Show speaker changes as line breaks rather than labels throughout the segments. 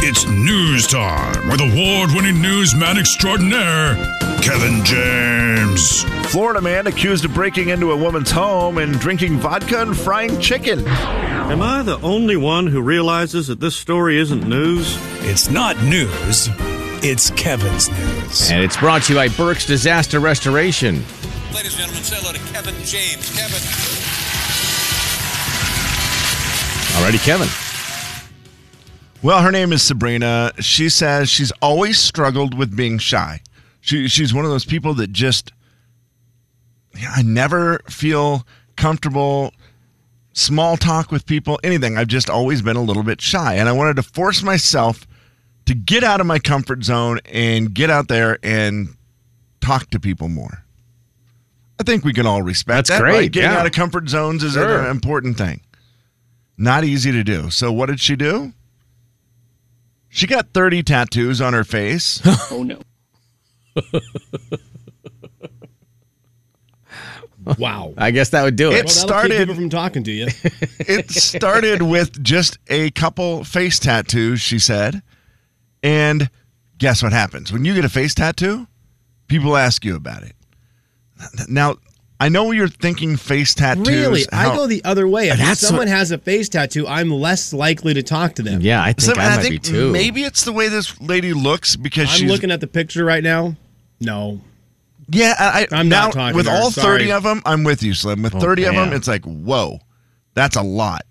It's news time with award winning newsman extraordinaire, Kevin James.
Florida man accused of breaking into a woman's home and drinking vodka and frying chicken.
Am I the only one who realizes that this story isn't news?
It's not news, it's Kevin's news.
And it's brought to you by Burke's Disaster Restoration.
Ladies and gentlemen, say hello to Kevin James. Kevin.
Alrighty, Kevin.
Well, her name is Sabrina. She says she's always struggled with being shy. She, she's one of those people that just, I never feel comfortable small talk with people, anything. I've just always been a little bit shy. And I wanted to force myself to get out of my comfort zone and get out there and talk to people more. I think we can all respect
That's
that.
great,
right? Getting
yeah.
out of comfort zones is
Sure.
an important thing. Not easy to do. So, what did she do? She got 30 tattoos on her face.
Wow.
I guess that would do
It
it.
Well, that'll keep
started
people from talking to you.
it started with just a couple face tattoos, she said. And guess what happens? When you get a face tattoo, people ask you about it. Now, I know you're thinking face tattoos.
Really? I
how-
go the other way. If
That's
someone has a face tattoo, I'm less likely to talk to them.
yeah, I think
Some-
I might be too.
maybe it's the way this lady looks because
I'm
she's
looking at the picture right now. No.
yeah. I, I-
I'm
now,
not talking
with
to her,
all thirty
sorry. Oh,
of them. I'm with you, Slim. With thirty of them,
man.
it's like whoa, that's a lot.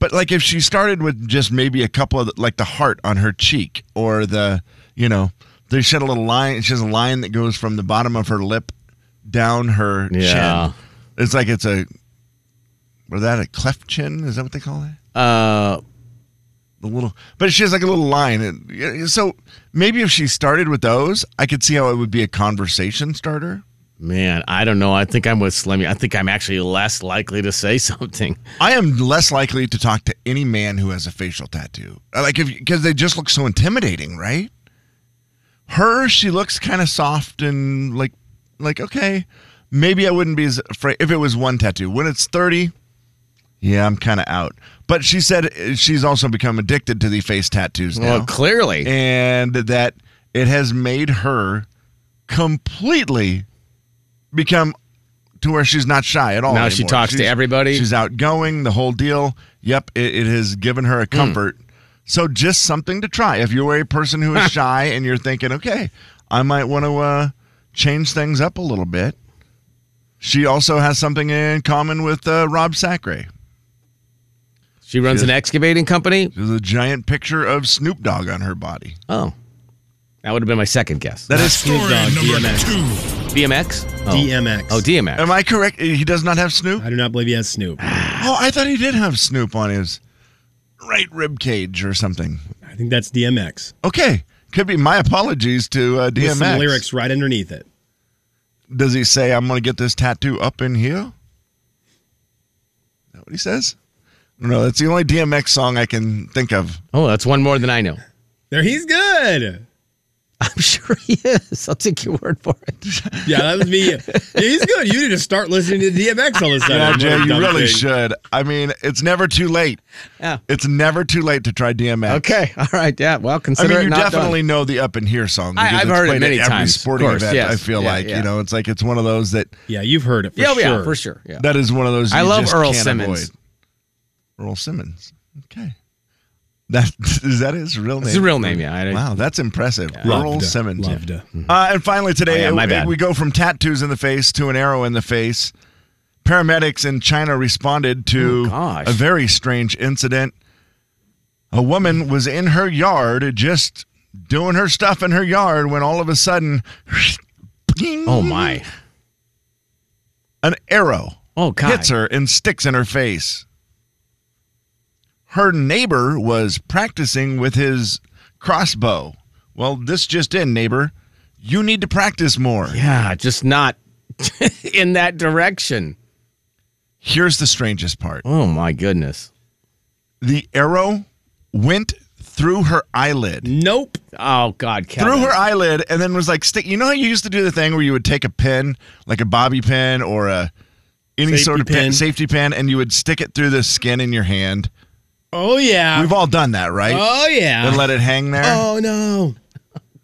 But like if she started with just maybe a couple of like the heart on her cheek or the you know they shed a little line. She has a line that goes from the bottom of her lip down her
Yeah.
chin. It's like it's a. Was that a cleft chin? Is that what they call it?
Uh,
the little but she has like a little line and yeah, so maybe if she started with those i could see how it would be a conversation starter
man, I don't know. I think I'm with Slimmy. I think I'm actually less likely to say something.
i am less likely to talk to any man who has a facial tattoo Uh, like if because they just look so intimidating right her she looks kind of soft and like like okay maybe i wouldn't be as afraid if it was one tattoo when it's 30 yeah i'm kind of out but she said uh, she's also become addicted to the face tattoos now
Well, clearly.
and that it has made her completely become to where she's not shy at all.
Now she
anymore.
talks to
She's-
everybody?
She's outgoing, the whole deal. Yep, it, it has given her
Hmm.
a comfort. So just something to try. If you're a person who is shy and you're thinking, okay, I might want to uh, change things up a little bit. She also has something in common with uh, Rob Sacre.
she runs an excavating company.
There's a giant picture of Snoop Dogg on her body.
Oh, that would have been my second guess.
That is
Story
Dogg,
number
DMX.
two.
DMX? Oh.
DMX.
Oh, DMX.
Am I correct? He does not have Snoop.
I do not believe he has Snoop. I
Oh, I thought he did have Snoop on his right rib cage or something.
think that's DMX.
Okay, could be. My apologies to uh,
With
DMX.
some lyrics right underneath it.
Does he say I'm going to get this tattoo up in here? Is that what he says? No, that's the only DMX song I can think of.
oh, that's one more than I know.
There, he's good.
I'm sure he is. I'll take your word for it.
Yeah, that was me. Yeah, he's good. You need to start listening to DMX all of a sudden.
Yeah,
What a
Jay, you
dumb
really
thing.
should. I mean, it's never too late.
Yeah.
It's never too late to try DMX.
Okay. All right. Yeah. Well,
I
consider
mean,
it
you
not done.
definitely know the "Up in Here" song.
I-
because
I've
it's
heard it
played at
many
every
times, of
sporting
course,
event.
yes.
I feel
Yeah,
like
yeah.
you know, it's like it's one of those that
Yeah, you've heard it for
Yeah,
oh,
sure.
yeah, for sure. Yeah.
That is one of those.
I
you
love
just
Earl
can't
Simmons.
avoid. Earl Simmons. Okay. That is that his real name.
That's his real name, yeah. I don't-
wow, that's impressive. Earl
Loved,
Simmons.
loved.
Uh, and finally today,
Oh, yeah, my
we-
bad.
we go from tattoos in the face to an arrow in the face. Paramedics in China responded to
Oh, gosh.
a very strange incident. A woman was in her yard just doing her stuff in her yard when all of a sudden,
oh, my.
an arrow
Oh, God.
hits her and sticks in her face. Her neighbor was practicing with his crossbow. Well, this just in, neighbor. You need to practice more.
Yeah, just not in that direction.
Here's the strangest part
Oh, my goodness.
the arrow went through her eyelid.
Nope.
Oh, God. Kevin.
Through her eyelid, and then was like, stick. You know how you used to do the thing where you would take a pin, like a bobby pin or a any
Safety
sort of pin,
pin.
safety pin, and you would stick it through the skin in your hand?
Oh yeah.
We've all done that, right?
oh yeah.
and let it hang there.
oh no.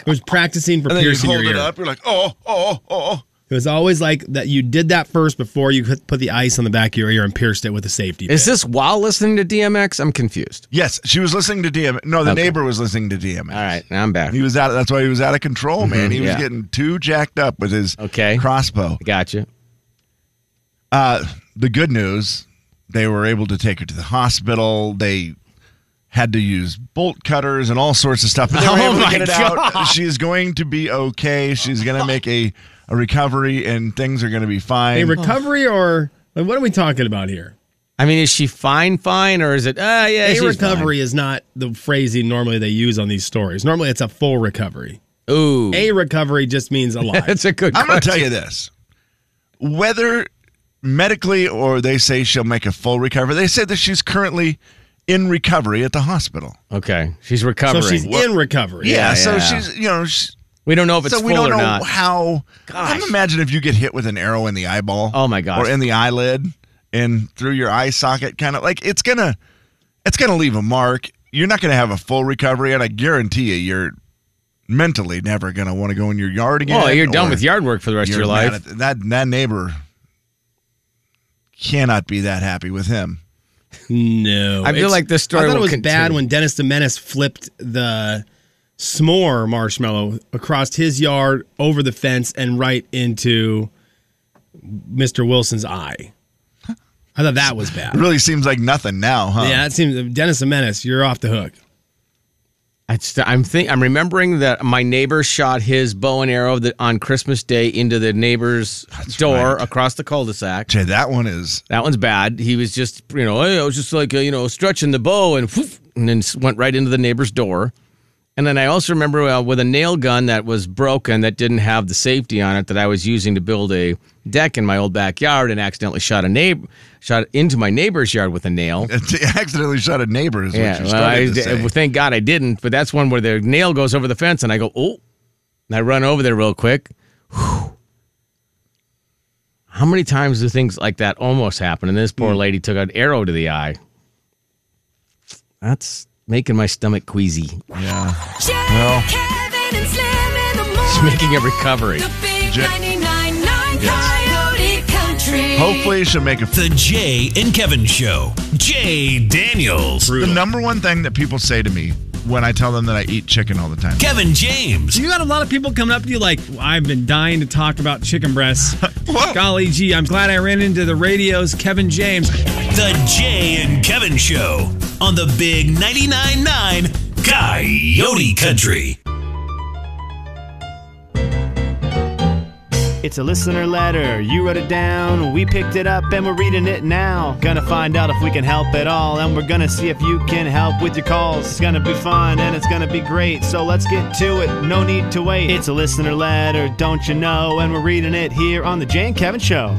It was practicing for
and then you
piercing
hold
your
it
ear.
up. You're like, oh, oh, oh, oh.
It was always like that. You did that first before you put put the ice on the back of your ear and pierced it with a safety.
Is
pin.
this while listening to DMX? I'm confused.
Yes, she was listening to DM. No, the
Okay.
neighbor was listening to DM.
All right, now I'm back.
He was out. That's why he was out of control, man. He was
yeah.
getting too jacked up with his
Okay.
crossbow.
Gotcha.
Uh, the good news, they were able to take her to the hospital. They had to use bolt cutters and all sorts of stuff, but they were
Oh
able to
my
get it out.
God.
She's going to be okay. She's going to make a, a recovery, and things are going to be fine.
a recovery or like, what are we talking about here?
I mean, is she fine, fine, or is it? Ah, yeah,
A
she's
recovery is not the phrasing normally they use on these stories. Normally, it's a full recovery.
fine. Ooh,
A recovery just means alive.
that's a good.
I'm going to
question.
tell you this. Whether medically or they say she'll make a full recovery, they said that she's currently in recovery at the hospital.
Okay, she's
so
recovering.
she's in recovery.
Yeah, so
yeah.
she's, you know, she's,
we don't know if it's
so
full
we don't
or
know
not.
how.
Gosh.
I'm imagine if you get hit with an arrow in the eyeball.
Oh, my gosh.
Or in the eyelid and through your eye socket, kind of like it's gonna, it's gonna leave a mark. You're not gonna have a full recovery, and I guarantee you, you're mentally never gonna want to go in your yard again.
well, Oh, you're
or
done with yard work for the rest of
you're
your
mad
life.
at- That that neighbor cannot be that happy with him.
No.
I feel
it's-
like this story
I thought it
will
was bad
continue.
when Dennis the Menace flipped the s'more marshmallow across his yard, over the fence, and right into Mr. Wilson's eye. I thought that was
It
bad.
really seems like nothing now, huh?
Yeah, it seems Dennis the Menace, you're off the hook.
I just, I'm think I'm remembering that my neighbor shot his bow and arrow that on Christmas Day into the neighbor's door
right.
across the cul-de-sac.
Jay, that one is.
That one's bad. He was just, you know, I was just like, uh, you know, stretching the bow and whoof, and then s- went right into the neighbor's door. And then I also remember uh, with a nail gun that was broken that didn't have the safety on it that I was using to build a deck in my old backyard and accidentally shot a neighbor shot into my neighbor's yard with a nail.
accidentally shot a neighbor. Is what you
well, I,
started to say.
well, thank God I didn't. But that's one where the nail goes over the fence, and I go, oh, and I run over there real quick. Whew. How many times do things like that almost happen? And this poor lady took an arrow to the eye. That's making my stomach queasy.
Jay, Kevin, and Slim in the
It's
morning.
making a recovery.
The big
Jay-
99.9 Coyote Country.
Hopefully, she'll make a.
The Jay and Kevin Show. Jay Daniels.
The number one thing that people say to me when I tell them that I eat chicken all the time.
Kevin James.
You got a lot of people coming up to you like, I've been dying to talk about chicken breasts. Golly gee, I'm glad I ran into the radio's Kevin James.
The Jay and Kevin Show on the Big 99.9 9 Coyote Country.
It's a listener letter. You wrote it down. We picked it up and we're reading it now. Gonna find out if we can help at all. And we're gonna see if you can help with your calls. It's gonna be fun and it's gonna be great. So let's get to it. No need to wait. It's a listener letter, don't you know? And we're reading it here on The Jay and Kevin Show.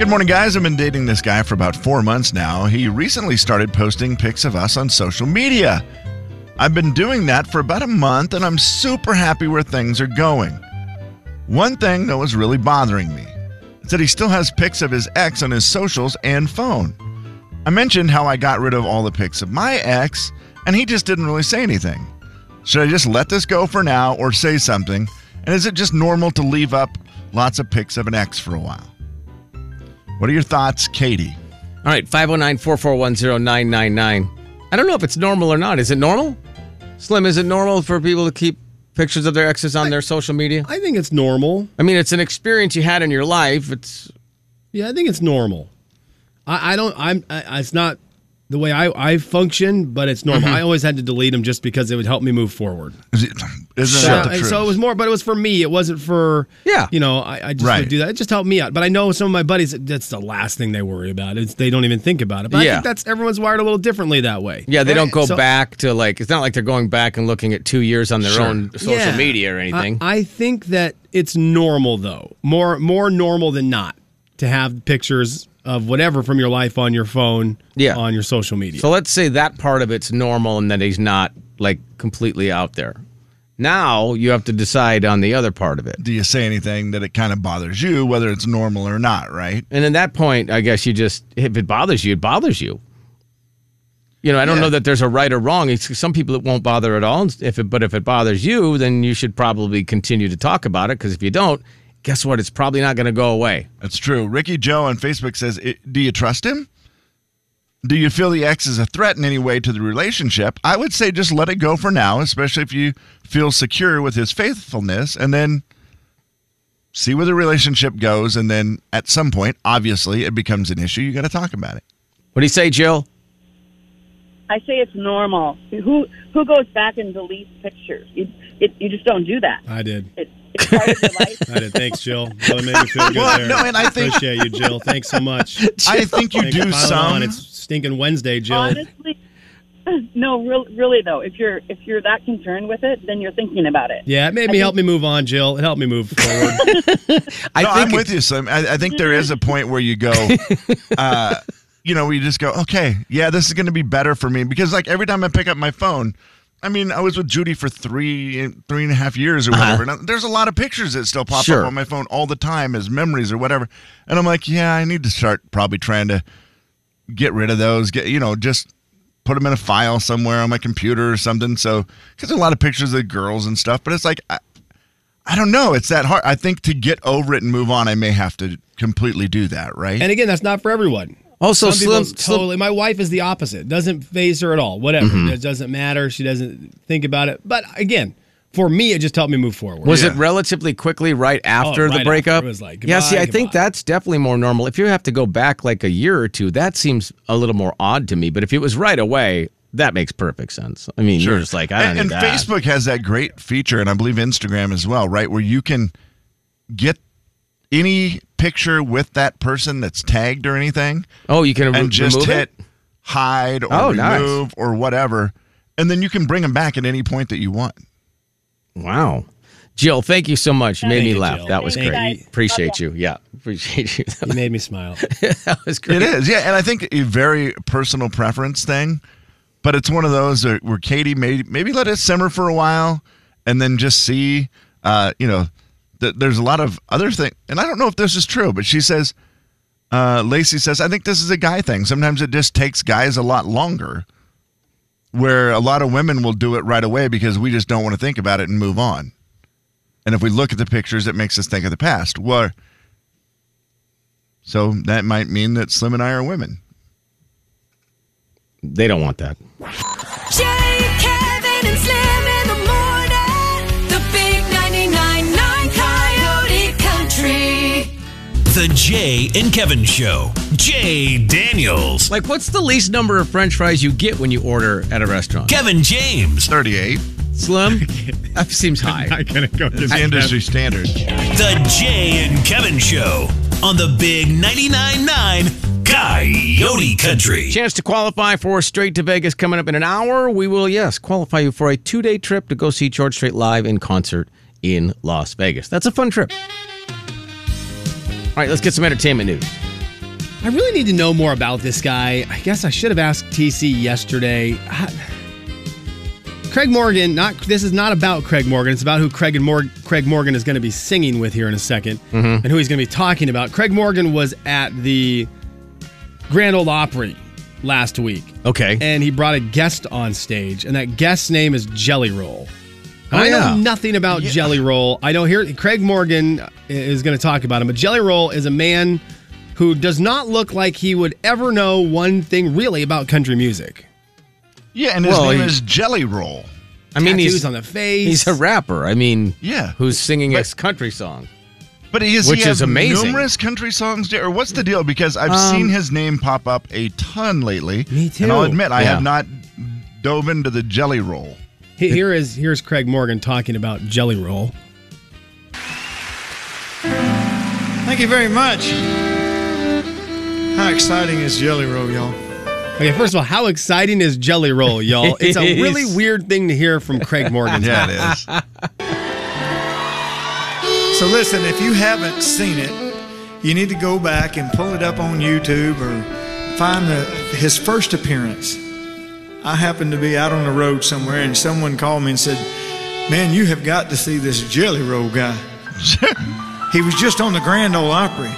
Good morning, guys. I've been dating this guy for about four months now. He recently started posting pics of us on social media. I've been doing that for about a month and I'm super happy where things are going. One thing that was really bothering me is that he still has pics of his ex on his socials and phone. I mentioned how I got rid of all the pics of my ex and he just didn't really say anything. Should I just let this go for now or say something? And is it just normal to leave up lots of pics of an ex for a while? What are your thoughts, Katie?
All right, 509 441 999. I don't know if it's normal or not. Is it normal? Slim, is it normal for people to keep pictures of their exes on their social media?
I think it's normal.
I mean, it's an experience you had in your life. It's
Yeah, I think it's normal. I, I don't. I'm. I, I- it's not the way I, I function, but it's normal.
Mm-hmm.
I always had to delete them just because it would help me move forward.
Is it, isn't
So,
that the
and
truth?
so it was more, but it was for me. It wasn't for
Yeah.
You know, I, I just
Right.
would do that. It just helped me out. But I know some of my buddies. That's the last thing they worry about. It's, they don't even think about it. But I
Yeah.
think that's everyone's wired a little differently that way.
yeah, they don't
Right?
go
So-
back to like it's not like they're going back and looking at two years on their own social
Yeah.
media or anything.
I, I think that it's normal though, more more normal than not, to have pictures of whatever from your life on your phone,
Yeah.
on your social media.
so let's say that part of it's normal and that he's not like completely out there. Now you have to decide on the other part of it.
Do you say anything that it kind of bothers you, whether it's normal or not, right?
And at that point, I guess you just if it bothers you, it bothers you. You know, I don't
Yeah.
know that there's a right or wrong. It's, some people it won't bother at all. and If it, but if it bothers you, then you should probably continue to talk about it. Because if you don't, guess what? It's probably not going to go away.
That's true. Ricky Joe on Facebook says, "I- Do you trust him? Do you feel the ex is a threat in any way to the relationship? I would say just let it go for now, especially if you feel secure with his faithfulness, and then see where the relationship goes. And then at some point, obviously, it becomes an issue. You got to talk about it.
What do you say, Jill?
I say it's normal. Who who goes back and deletes pictures? You it, you just don't do that.
I did.
It, it's part of your life.
I did. Thanks, Jill. Well, it made me feel good
Well,
there.
no, and I think-
appreciate you, Jill. Thanks so much.
I think you
Thanks for
do
piling
some.
On. It's stinking Wednesday, Jill.
Honestly, no, real, really though, if you're if you're that concerned with it, then you're thinking about it.
yeah, it made me help me move on, Jill. It helped me move forward.
I
no, I'm
it-
with you, Slim. I, I think there is a point where you go, uh, you know, where you just go, okay, yeah, this is going to be better for me because, like, every time I pick up my phone, I mean, I was with Judy for three, three and a half years or whatever. And there's a lot of pictures that still pop
Uh-huh. Sure.
up on my phone all the time as memories or whatever. And I'm like, yeah, I need to start probably trying to get rid of those. Get you know, just put them in a file somewhere on my computer or something. So because a lot of pictures of girls and stuff, but it's like. I, I don't know. It's that hard. I think to get over it and move on, I may have to completely do that, right?
and again, that's not for everyone.
Also,
Some people
Slim, Slim-
totally. My wife is the opposite. Doesn't phase her at all. Whatever.
Mm-hmm.
It doesn't matter. She doesn't think about it. But again, for me, it just helped me move forward.
was it
Yeah.
relatively quickly right after
right
the
after.
breakup?
It was like,
yeah, see, I
goodbye,
think
goodbye.
that's definitely more normal. If you have to go back like a year or two, that seems a little more odd to me. But if it was right away, that makes perfect sense. I mean, you're just like, I don't
and,
need
and
that.
Facebook has that great feature, and I believe Instagram as well, right? Where you can get any picture with that person that's tagged or anything,
oh, you can re-
and just
remove
hit
it.
hide or
Oh, nice.
remove or whatever, and then you can bring them back at any point that you want.
Wow. Jill, thank you so much. You made
Thank
me
you,
laugh.
Jill.
That was
Thank
great.
you.
Appreciate you. Yeah. Appreciate you.
You made me smile.
that was great.
It is, yeah, and I think a very personal preference thing, but it's one of those that- where Katie may maybe let it simmer for a while, and then just see, uh, you know, that there's a lot of other things, and I don't know if this is true, but she says, uh, Lacey says, I think this is a guy thing. Sometimes it just takes guys a lot longer, where a lot of women will do it right away because we just don't want to think about it and move on. And if we look at the pictures, it makes us think of the past. Well, so that might mean that Slim and I are women.
They don't want that.
Jay, Kevin, and Slim in the morning. The big 99.9 Coyote Country.
The Jay and Kevin Show. Jay Daniels.
Like, what's the least number of french fries you get when you order at a restaurant?
Kevin James.
38
Slim? that seems high.
not gonna go.
is the industry standard.
The Jay and Kevin Show on the Big 99.9 9 Coyote Country.
Chance to qualify for Straight to Vegas coming up in an hour. We will, yes, qualify you for a two day trip to go see George Strait live in concert in Las Vegas. That's a fun trip. All right, let's get some entertainment news.
I really need to know more about this guy. I guess I should have asked TC yesterday. I- Craig Morgan, not this is not about Craig Morgan. It's about who Craig and Mor- Craig Morgan is going to be singing with here in a 2nd and who he's going to be talking about. Craig Morgan was at the Grand Ole Opry last week,
Okay.
and he brought a guest on stage, and that guest's name is Jelly Roll. And
Oh,
I
yeah.
know nothing about Jelly Roll. I know here Craig Morgan is going to talk about him, but Jelly Roll is a man who does not look like he would ever know one thing really about country music.
Yeah, and his
Well,
name
he-
is Jelly Roll.
I mean,
Tattoos
he's,
on the face.
he's a rapper. I mean,
Yeah.
who's singing
But-
a country song?
But he has
Which
he have
is amazing.
numerous country songs, or what's the deal? Because I've
Um,
seen his name pop up a ton lately.
Me
And I'll
too.
admit, I
Yeah.
have not dove into the Jelly Roll.
He- Here is here's Craig Morgan talking about Jelly Roll.
Thank you very much. How exciting is Jelly Roll, y'all?
Okay, first of all, how exciting is Jelly Roll, y'all? It's a really weird thing to hear from Craig Morgan.
Yeah, it is.
So, listen, if you haven't seen it, you need to go back and pull it up on YouTube or find the, his first appearance. I happened to be out on the road somewhere, and someone called me and said, Man, you have got to see this Jelly Roll guy. he was just on the Grand Ole Opry,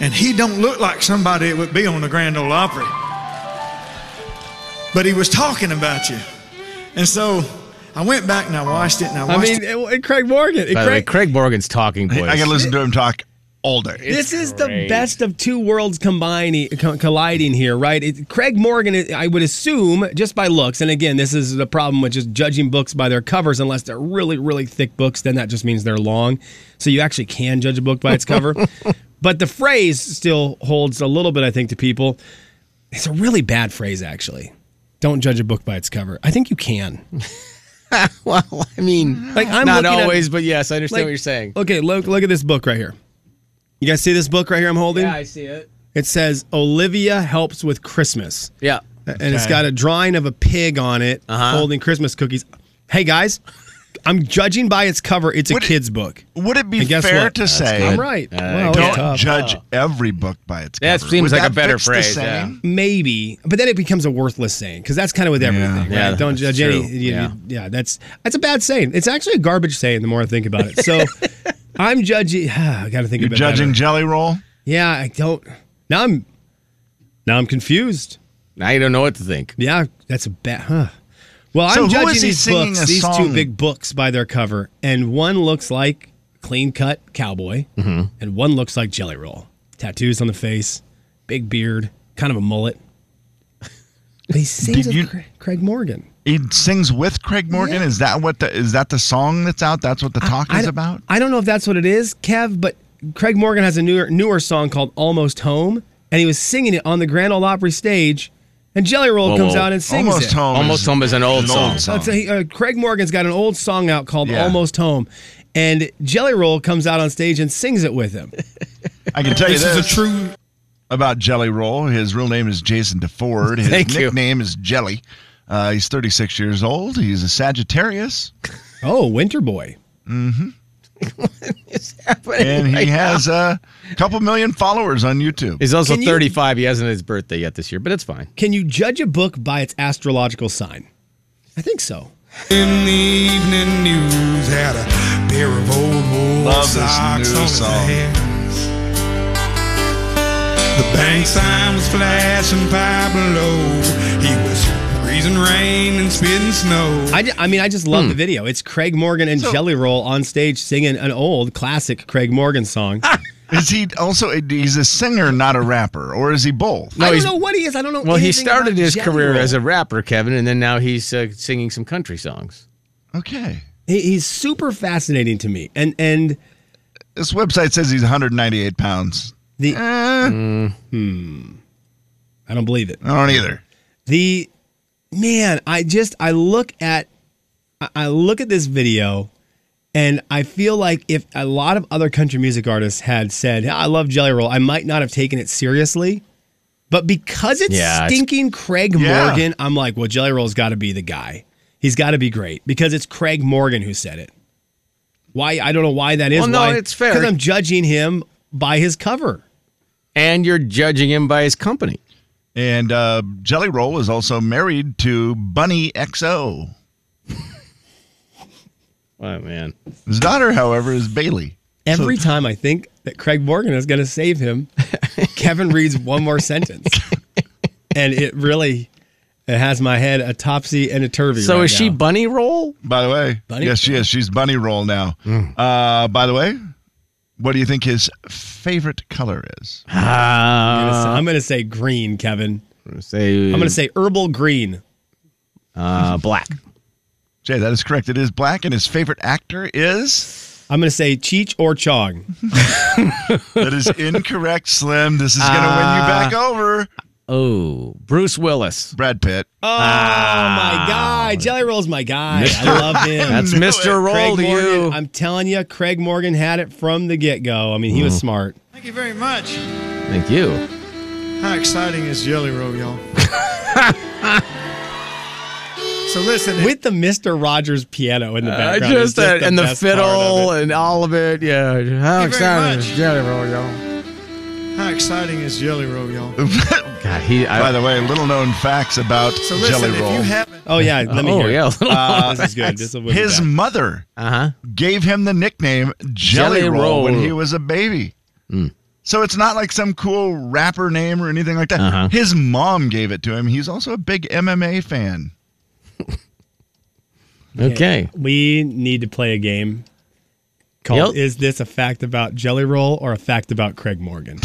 and he don't look like somebody that would be on the Grand Ole Opry. but he was talking about you. And so I went back and I watched it and I watched
I mean,
it.
it- it- Craig Morgan. it-
By the way,
Craig,
Craig Morgan's talking voice.
I can listen to him talk all day.
this is the
great.
best of two worlds combining, co- colliding here, right? It, Craig Morgan, is- I would assume, just by looks, and again, this is the problem with just judging books by their covers, unless they're really, really thick books, then that just means they're long. So you actually can judge a book by its cover. but the phrase still holds a little bit, I think, to people. It's a really bad phrase, actually. Don't judge a book by its cover. I think you can.
well, I mean,
Like I'm
not
looking at-
always, but yes, I understand
like-
what you're saying.
Okay, look look at this book right here. You guys see this book right here I'm holding?
Yeah, I see it.
It says Olivia helps with Christmas.
Yeah.
And it's got a drawing of a pig on it
Uh-huh.
holding Christmas cookies. Hey guys, I'm judging by its cover, it's a
Would it-
kid's book.
Would it be
And guess
fair
what?
to
That's
say
I'm right. Well,
don't
it's tough.
judge every book by its cover?
That seems
Would
like a
that
better
fix the
phrase,
saying?
Maybe, but then it becomes a worthless saying because that's kind of with everything,
Yeah,
right? Don't
that's
judge any.
true.
you- you- yeah.
Yeah.
that's that's a bad saying. It's actually a garbage saying. The more I think about it, so I'm judging. I got to think.
You're
about
judging Jelly Roll?
Yeah, I don't. Now I'm now I'm confused.
Now you don't know what to think.
Yeah, that's a bad. Huh. Well,
So
I'm
who
judging
is he
these
singing
books,
a
these two
song?
big books, by their cover, and one looks like clean cut cowboy,
Mm-hmm.
and one looks like Jelly Roll. Tattoos on the face, big beard, kind of a mullet. But he sings
Did
with
you-
Cra- Craig Morgan.
He sings with Craig Morgan. Is that what the is that the song that's out? That's what the talk
I
is
don't-
about.
I don't know if that's what it is, Kev, but Craig Morgan has a newer newer song called "Almost Home," and he was singing it on the Grand Ole Opry stage, and Jelly Roll
Whoa,
comes
whoa.
out and sings
Almost
it.
home.
Almost
is
Home is an old song.
Oh, it's a- uh, Craig Morgan's got an old song out called
Yeah.
"Almost Home," and Jelly Roll comes out on stage and sings it with him.
I can tell you
This
this,
is a true
about Jelly Roll. His real name is Jason DeFord. His
Thank you.
nickname is Jelly. Uh, he's 36 years old. He's a Sagittarius,
Oh, Winter Boy!
It's happening
and he
right
has a couple million followers on YouTube.
He's also
Can you-
35. He hasn't had his birthday yet this year, but it's fine.
Can you judge a book by its astrological sign? I think so.
in the evening news had a pair of old wool
Love this
socks
new
on his
song.
ass. The bank sign was flashing by below. He was freezing rain and spitting snow.
I, ju- I mean, I just
Hmm.
love the video. It's Craig Morgan and Jelly Roll on stage singing an old classic Craig Morgan song.
Ah,
Is he also a, he's a singer, not a rapper, or is he both?
I don't
he's-
know what he is. I don't know.
Well, he
anything
started
about
his
Jelly
career
Roll.
as a rapper, Kevin, and then now he's uh, singing some country songs.
Okay.
He- he's super fascinating to me, and and
This website says he's 198 pounds.
the
Eh,
I don't believe it.
I don't either.
the man i just i look at I- i look at this video and i feel like if a lot of other country music artists had said "Ah, i love jelly roll i might not have taken it seriously but because it's
Yeah, it's-
stinking craig
Yeah.
morgan i'm like well jelly roll's got to be the guy he's got to be great because it's craig morgan who said it why i don't know why that is
Well, no,
why-
it's fair.
because i'm judging him by his cover
And you're judging him by his company.
And uh, Jelly Roll is also married to Bunny XO.
Oh, man.
His daughter, however, is Bailey.
Every time I think that Craig Morgan is going to save him, Kevin reads one more sentence, and it really it has my head a topsy and a turvy.
So
right
is she
now.
Bunny Roll?
By the way,
Bunny?
yes, she is. She's Bunny Roll now. Uh, by the way, what do you think his favorite color is?
I'm gonna
Uh,
say- I'm going to say green, Kevin.
say,
I'm going to say herbal green.
uh, black.
Jay, that is correct. It is black, and his favorite actor is.
I'm going to say Cheech or Chong.
That is incorrect, Slim. This is going to win you back
Ah.
over.
Oh, Bruce Willis.
Brad Pitt.
Oh
Ah.
my guy, Jelly Roll's my guy. I love him.
That's
knew
Mr.
it.
Roll
Craig
to
Morgan.
you.
I'm telling you, Craig Morgan had it from the get go. I mean,
Hmm.
he was smart.
Thank you very much.
Thank you.
How exciting is Jelly Roll, y'all? so listen, it-
With the Mr. Rogers piano in the
I
background, is
Uh, just that and the
best part of it.
fiddle and all of it. Yeah. How
Thank you very
excited
much.
is Jelly Roll, y'all?
how exciting is Jelly Roll, y'all?
God, he. I,
By the way, little known facts about
So listen,
Jelly
if
Roll.
you haven't,
Oh yeah, let me
oh
hear. it.
yeah.
Oh, this is good. This will
his mother
uh huh.
Uh-huh.
gave him the nickname Jelly,
Jelly
Roll when
Roll.
Hmm.
he was a baby. So it's not like some cool rapper name or anything like that.
Uh-huh.
His mom gave it to him. He's also a big MMA fan.
Okay.
We need to play a game called
Yep.
Is This a Fact About Jelly Roll or a Fact About Craig Morgan?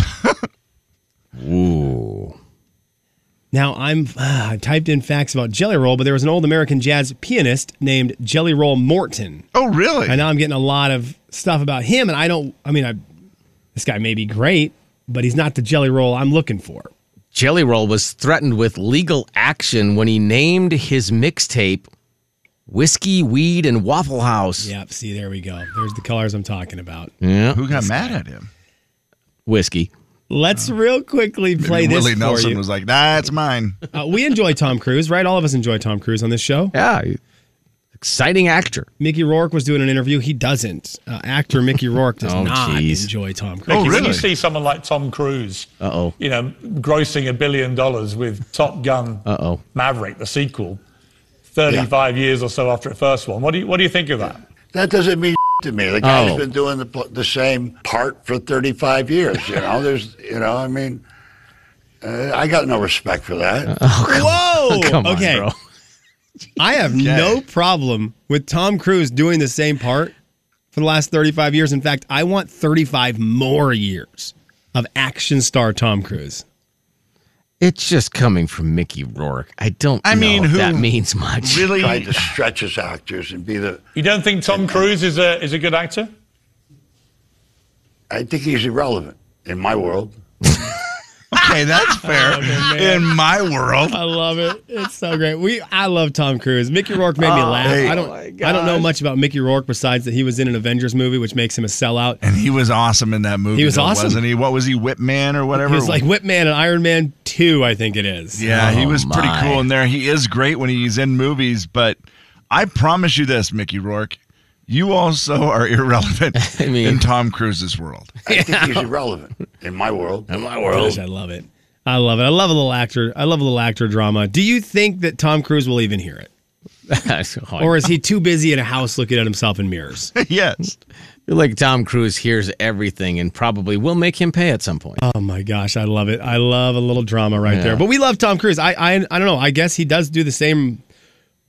Ooh.
Now I'm ah, I typed in facts about Jelly Roll, but there was an old American jazz pianist named Jelly Roll Morton.
Oh, really?
And now I'm getting a lot of stuff about him, and I don't. I mean, I this guy may be great, but he's not the Jelly Roll I'm looking for.
Jelly Roll was threatened with legal action when he named his mixtape Whiskey, Weed, and Waffle House.
Yep. See, there we go. There's the colors I'm talking about.
Yeah.
Who got mad at him?
Whiskey.
Let's real quickly play
Maybe
this
Willie
for
Nelson
you.
was like, "That's mine." Oh,
Uh, we enjoy Tom Cruise, right? All of us enjoy Tom Cruise on this show.
Yeah. Exciting actor.
Mickey Rourke was doing an interview. He doesn't. Uh, actor Mickey Rourke does
Oh,
not
jeez.
enjoy Tom Cruise.
Oh,
Mickey, When
really?
you see someone like Tom Cruise,
Uh oh.
you know, grossing a billion dollars with Top Gun
Uh oh.
Maverick, the sequel, 35 years or so after the first one, what do you, what do you think of that?
That doesn't mean to me. The guy's
Oh.
been doing the, pl- the same part for 35 years. You know, there's, you know, I mean, uh, I got no respect for that.
Whoa!
Come on,
okay.
bro.
I have no problem with Tom Cruise doing the same part for the last 35 years. In fact, I want 35 more years of action star Tom Cruise.
It's just coming from Mickey Rourke. I don't
I
know
mean,
if
who
that means much.
Really?
Trying to stretch his actors and be the.
You don't think Tom Cruise is a, is a good actor?
I think he's irrelevant in my world.
Okay, that's fair. In my world,
I love it. It's so great. We I love Tom Cruise. Mickey Rourke made me laugh.
hey.
I don't I don't know much about Mickey Rourke besides that he was in an Avengers movie, which makes him a sellout.
and he was awesome in that movie.
He was
though,
awesome.
wasn't he? What was he, Whip Man or whatever?
He was like Whip Man and Iron Man 2, I think it is.
Yeah, he
Oh,
was pretty
my.
cool in there. He is great when he's in movies, but I promise you this, Mickey Rourke, you also are irrelevant
I mean-
in Tom Cruise's world.
I think he's irrelevant in my world.
In my
Gosh, I love it. I love it. I love a little actor. I love a little actor drama. Do you think that Tom Cruise will even hear it? Or
or
is he too busy in a house looking at himself in mirrors?
yes.
like Tom Cruise hears everything and probably will make him pay at some point.
Oh my gosh, I love it. I love a little drama right
Yeah.
there. But we love Tom Cruise. I, I I don't know. I guess he does do the same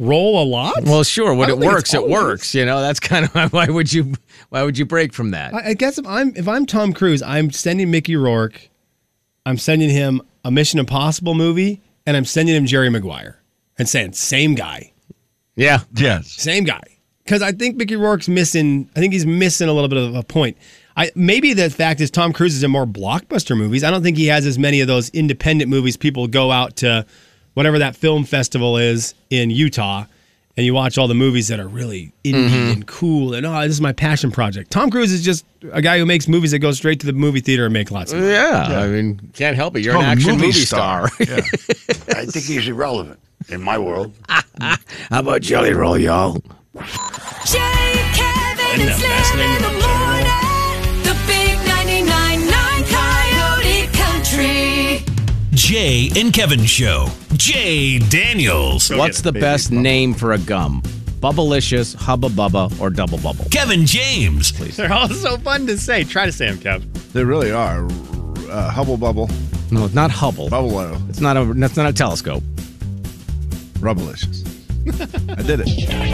role a lot.
well, sure.
I
When it
don't think
works,
it's
it
always-
works. You know, that's kind of why would you why would you break from that?
I, I guess if I'm if I'm Tom Cruise, I'm sending Mickey Rourke, I'm sending him a Mission Impossible movie, and I'm sending him Jerry Maguire, and saying same guy,
yeah.
Yes.
same guy, because I think Mickey Rourke's missing. I think he's missing a little bit of a point. I maybe the fact is Tom Cruise is in more blockbuster movies. I don't think he has as many of those independent movies. People go out to whatever that film festival is in Utah. And you watch all the movies that are really indie and cool, and oh, this is my passion project. Tom Cruise is just a guy who makes movies that go straight to the movie theater and make lots of money.
Yeah, I mean, can't help it. You're an
called a
action
movie
movie,
star.
star.
I think he's irrelevant in my world.
How about Jelly Roll, y'all?
Jay, Kevin, and Slim in the morning. The big 99.9 Coyote Country.
Jay and Kevin Show. Jay Daniels.
What's the best name for a gum? Bubblicious, Hubba Bubba, or Double Bubble?
Kevin James.
They're all Oh, so fun to say. Try to say them, Kev.
They really are. Uh, Hubble Bubble,
No, it's not Hubble.
Bubble,
It's not a. That's not a telescope.
Rubblicious. I did it.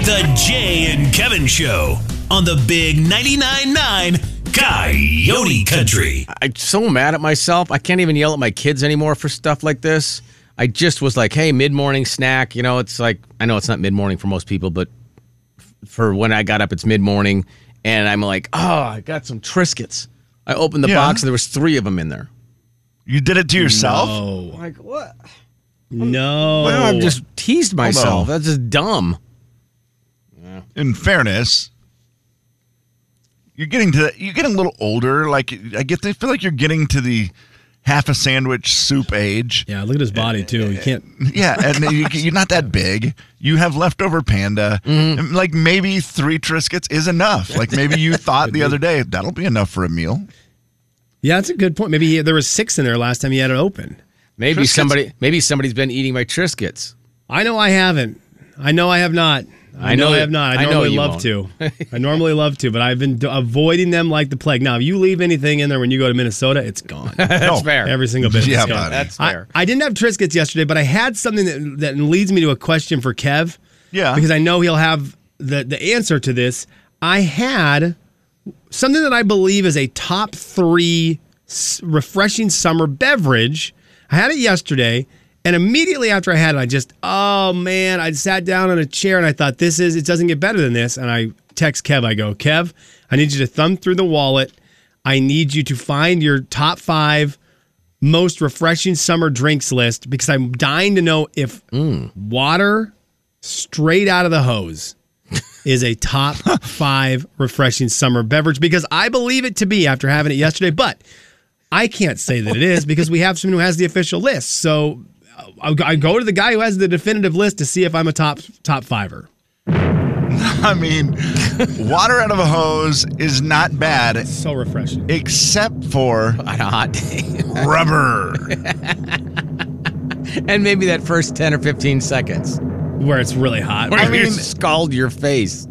The Jay and Kevin Show on the Big 99.9 9 Coyote Country.
I'm so mad at myself. I can't even yell at my kids anymore for stuff like this. I just was like, hey, mid morning snack. You know, it's like, I know it's not mid morning for most people, but f- for when I got up, it's mid morning. And I'm like, oh, I got some Triscuits. I opened the
Yeah.
box and there was three of them in there.
You did it to yourself?
Oh
Like, what?
no!
Well, I've just Oh, teased myself.
on.
That's just dumb.
in fairness, you're getting to the, you're getting a little older. Like I get, they feel like you're getting to the half a sandwich soup age.
yeah. Look at his body too. You can't.
Yeah, and you, you're not that big. You have leftover panda.
Mm-hmm.
And, Like maybe three Triscuits is enough. Like maybe you thought the other day that'll be enough for a meal.
Yeah, that's a good point. Maybe he, there was six in there last time he had it open.
Maybe
Triscuits-
somebody maybe somebody's been eating my Triscuits.
I know I haven't. I know I have not. I know I have not. I, normally love to. I normally love to, but I've been d- avoiding them like the plague. Now, if you leave anything in there when you go to Minnesota, it's gone.
That's fair.
Every single bit. of
Yeah,
it's gone.
buddy. That's
I-
fair.
I, didn't have Triscuits yesterday, but I had something that, that leads me to a question for Kev.
Yeah.
Because I know he'll have the, the answer to this. I had something that I believe is a top three s- refreshing summer beverage. I had it yesterday, and immediately after I had it, I just, oh man, I sat down on a chair and I thought, this is, it doesn't get better than this. And I text Kev, I go, Kev, I need you to thumb through the wallet. I need you to find your top five most refreshing summer drinks list because I'm dying to know if water straight out of the hose is a top five refreshing summer beverage because I believe it to be after having it yesterday, but I can't say that it is because we have someone who has the official list. So uh, I I go to the guy who has the definitive list to see if I'm a top top fiver.
I mean, water out of a hose is not bad.
so refreshing.
Except for
on a hot day.
rubber.
and maybe that first 10 or 15 seconds
where it's really hot.
Where I mean, scald your face.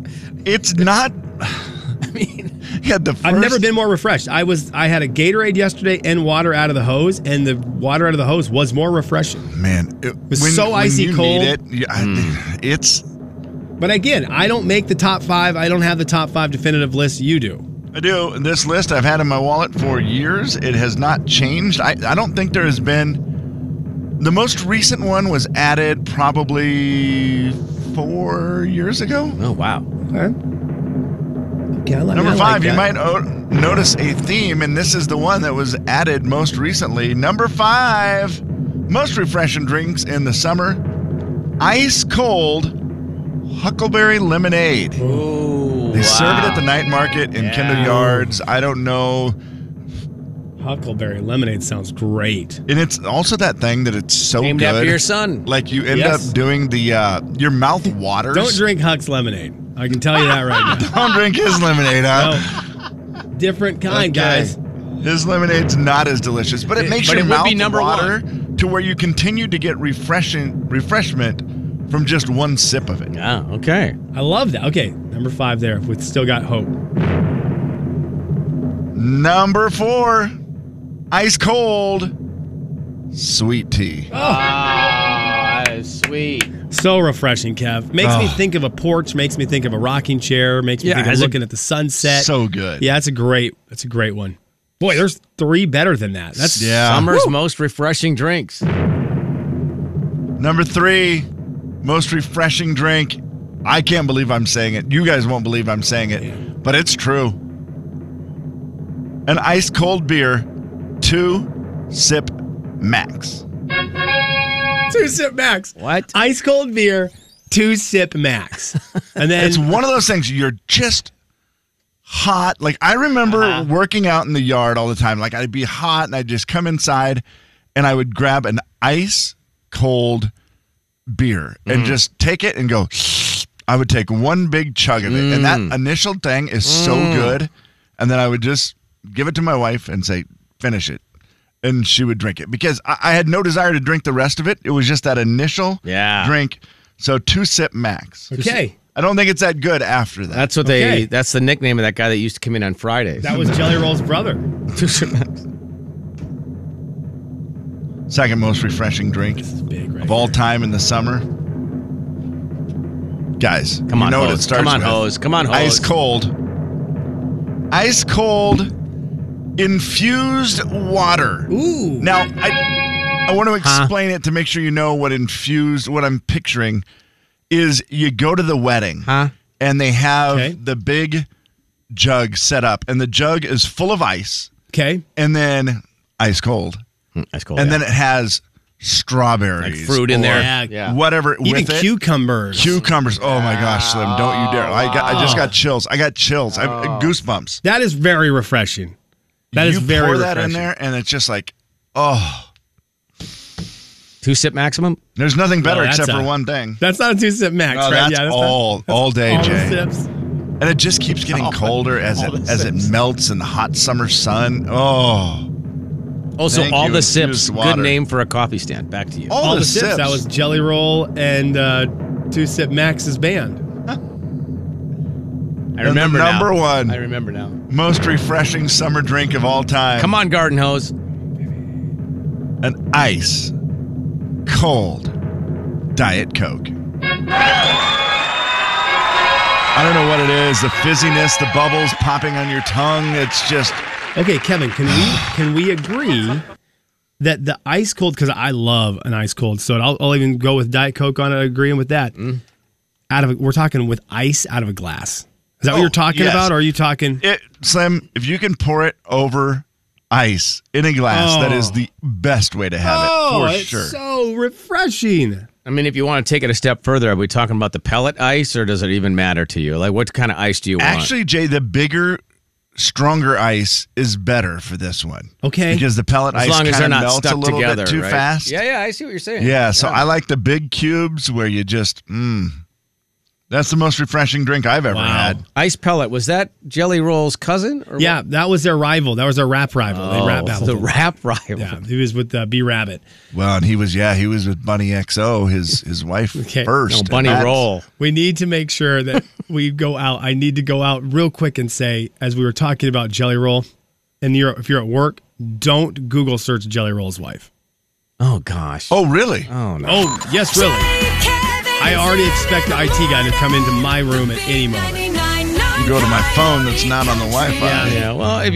It's not. I mean, yeah, the
i I've never been more refreshed. I was I had a Gatorade yesterday and water out of the hose, and the water out of the hose was more refreshing.
Man, it
was so icy
you
cold. Hmm.
Need it, you- I- It's
But again, I don't make the top five. I don't have the top five definitive list. You do.
I do. This list I've had in my wallet for years. It has not changed. I, I don't think there has been. The most recent one was added probably four years ago.
Oh, wow.
Okay.
Number
I like
five, you
that.
might o- notice a theme, and this is the one that was added most recently. Number five, most refreshing drinks in the summer ice cold huckleberry lemonade. they serve it at the night market in Kendall Yards. I don't know.
Huckleberry lemonade sounds great.
And it's also that thing that it's so
Named
good.
after your son.
Like you end
Yes.
up doing the uh, your mouth waters.
Don't drink Huck's lemonade. I can tell you that right now. Oh,
Don't drink his lemonade, huh?
Different
Okay.
kind, guys.
His lemonade's not as delicious, but it
It-
makes
but
your
it would
mouth
be number
water to where you continue to get refreshing refreshment from just one sip of it.
Yeah. Oh, Okay.
I love that. Okay, number five there. We've still got hope.
Number four, ice cold sweet tea.
Ah, that is sweet.
So refreshing, Kev. Makes me
Oh.
think of a porch. Makes me think of a rocking chair. Makes me
Yeah,
think
has
of
a-
looking at the sunset.
So good.
Yeah, that's a great. That's a great one. Boy, there's three better than that. That's
summer's most refreshing drinks.
Number three, most refreshing drink. I can't believe I'm saying it. You guys won't believe I'm saying it, but it's true. An ice cold beer, two sip max.
two sip max.
What?
Ice cold beer, two sip max. And then
it's one of those things you're just hot. Like I remember working out in the yard all the time. Like I'd be hot and I'd just come inside and I would grab an ice cold beer and just take it and go. I would take one big chug of it. And that initial thing is so
Mm.
good. And then I would just give it to my wife and say, finish it. And she would drink it because I, I had no desire to drink the rest of it. It was just that initial
Yeah.
drink. So two sip max.
Okay.
I don't think it's that good after that.
That's what they.
Okay.
That's the nickname of that guy that used to come in on Fridays.
that was Jelly Roll's brother.
Second most refreshing drink of all time in the summer. Guys,
Come
you
on,
know what it
hose.
starts
Come on,
with.
hose. Come on, hose.
Ice cold. Ice cold infused water.
Ooh.
Now, I, I want to explain it to make sure you know what infused, what I'm picturing is you go to the wedding and they have the big jug set up, and the jug is full of ice.
Okay.
And then ice cold.
Ice cold.
and
Oh, yeah.
then it has strawberries,
Like fruit in there.
or
Yeah, yeah.
whatever.
Even
with it.
cucumbers.
Cucumbers. Oh my gosh, Slim! Don't you dare! I got. I just got chills. I got chills. I goosebumps.
That is very refreshing. That is
you
very
pour that in
refreshing.
there, and it's just like, oh,
two sip maximum.
There's nothing better
No, that's
except for
a-
one thing.
That's not a two sip max,
No,
right?
Oh, that's
not-
all- all day,
the
Jay.
sips.
And it just keeps getting colder as it as it melts in the hot summer sun. Oh,
Also,
Thank
all
you,
the sips.
infused water.
Good name for a coffee stand. Back to you.
All
all
the
the sips.
sips.
That was Jelly Roll and uh, Two Sip Max's band.
I remember
the
now.
number one.
I remember now.
Most refreshing summer drink of all time.
Come on, garden hose.
An ice cold Diet Coke. I don't know what it is. The fizziness, the bubbles popping on your tongue. It's just
Okay, Kevin, can we can we agree that the ice cold? Because I love an ice cold soda. I'll, I'll even go with Diet Coke on it, agreeing with that.
Mm.
Out of a- we're talking with ice out of a glass. Is that what
Oh,
you're talking
yes.
about? Or are you talking?
it, Slim. If you can pour it over ice in a glass, that is
Oh.
the best way to have
oh,
it for
it's
sure.
so refreshing.
I mean, if you want to take it a step further, are we talking about the pellet ice, or does it even matter to you? Like, what kind of ice do you want?
Actually, Jay, the bigger, stronger ice is better for this one.
Okay.
because the pellet
as
ice
long as they're
kinda
not
melts
stuck
a little
together
bit too
right?
fast.
Yeah, yeah, I see what you're saying.
Yeah, so I like the big cubes where you just, mmm. That's the most refreshing drink I've ever had.
Ice pellet was that Jelly Roll's cousin? Or
Yeah, that was their rival. That was their rap rival.
Oh,
they rap battled
the
them.
rap rival.
Yeah, he was with uh, B Rabbit.
Well, and he was, yeah, he was with Bunny XO, his his wife first.
Oh,
and that's-
We need to make sure that we go out. I need to go out real quick and say, as we were talking about Jelly Roll, and you're, if you're at work, don't Google search Jelly Roll's wife.
Oh gosh.
Oh really?
Oh no.
Oh yes, really. I already expect the IT guy to come into my room at any moment.
You go to my phone that's not on the Wi Fi.
Yeah.
Yeah, well, if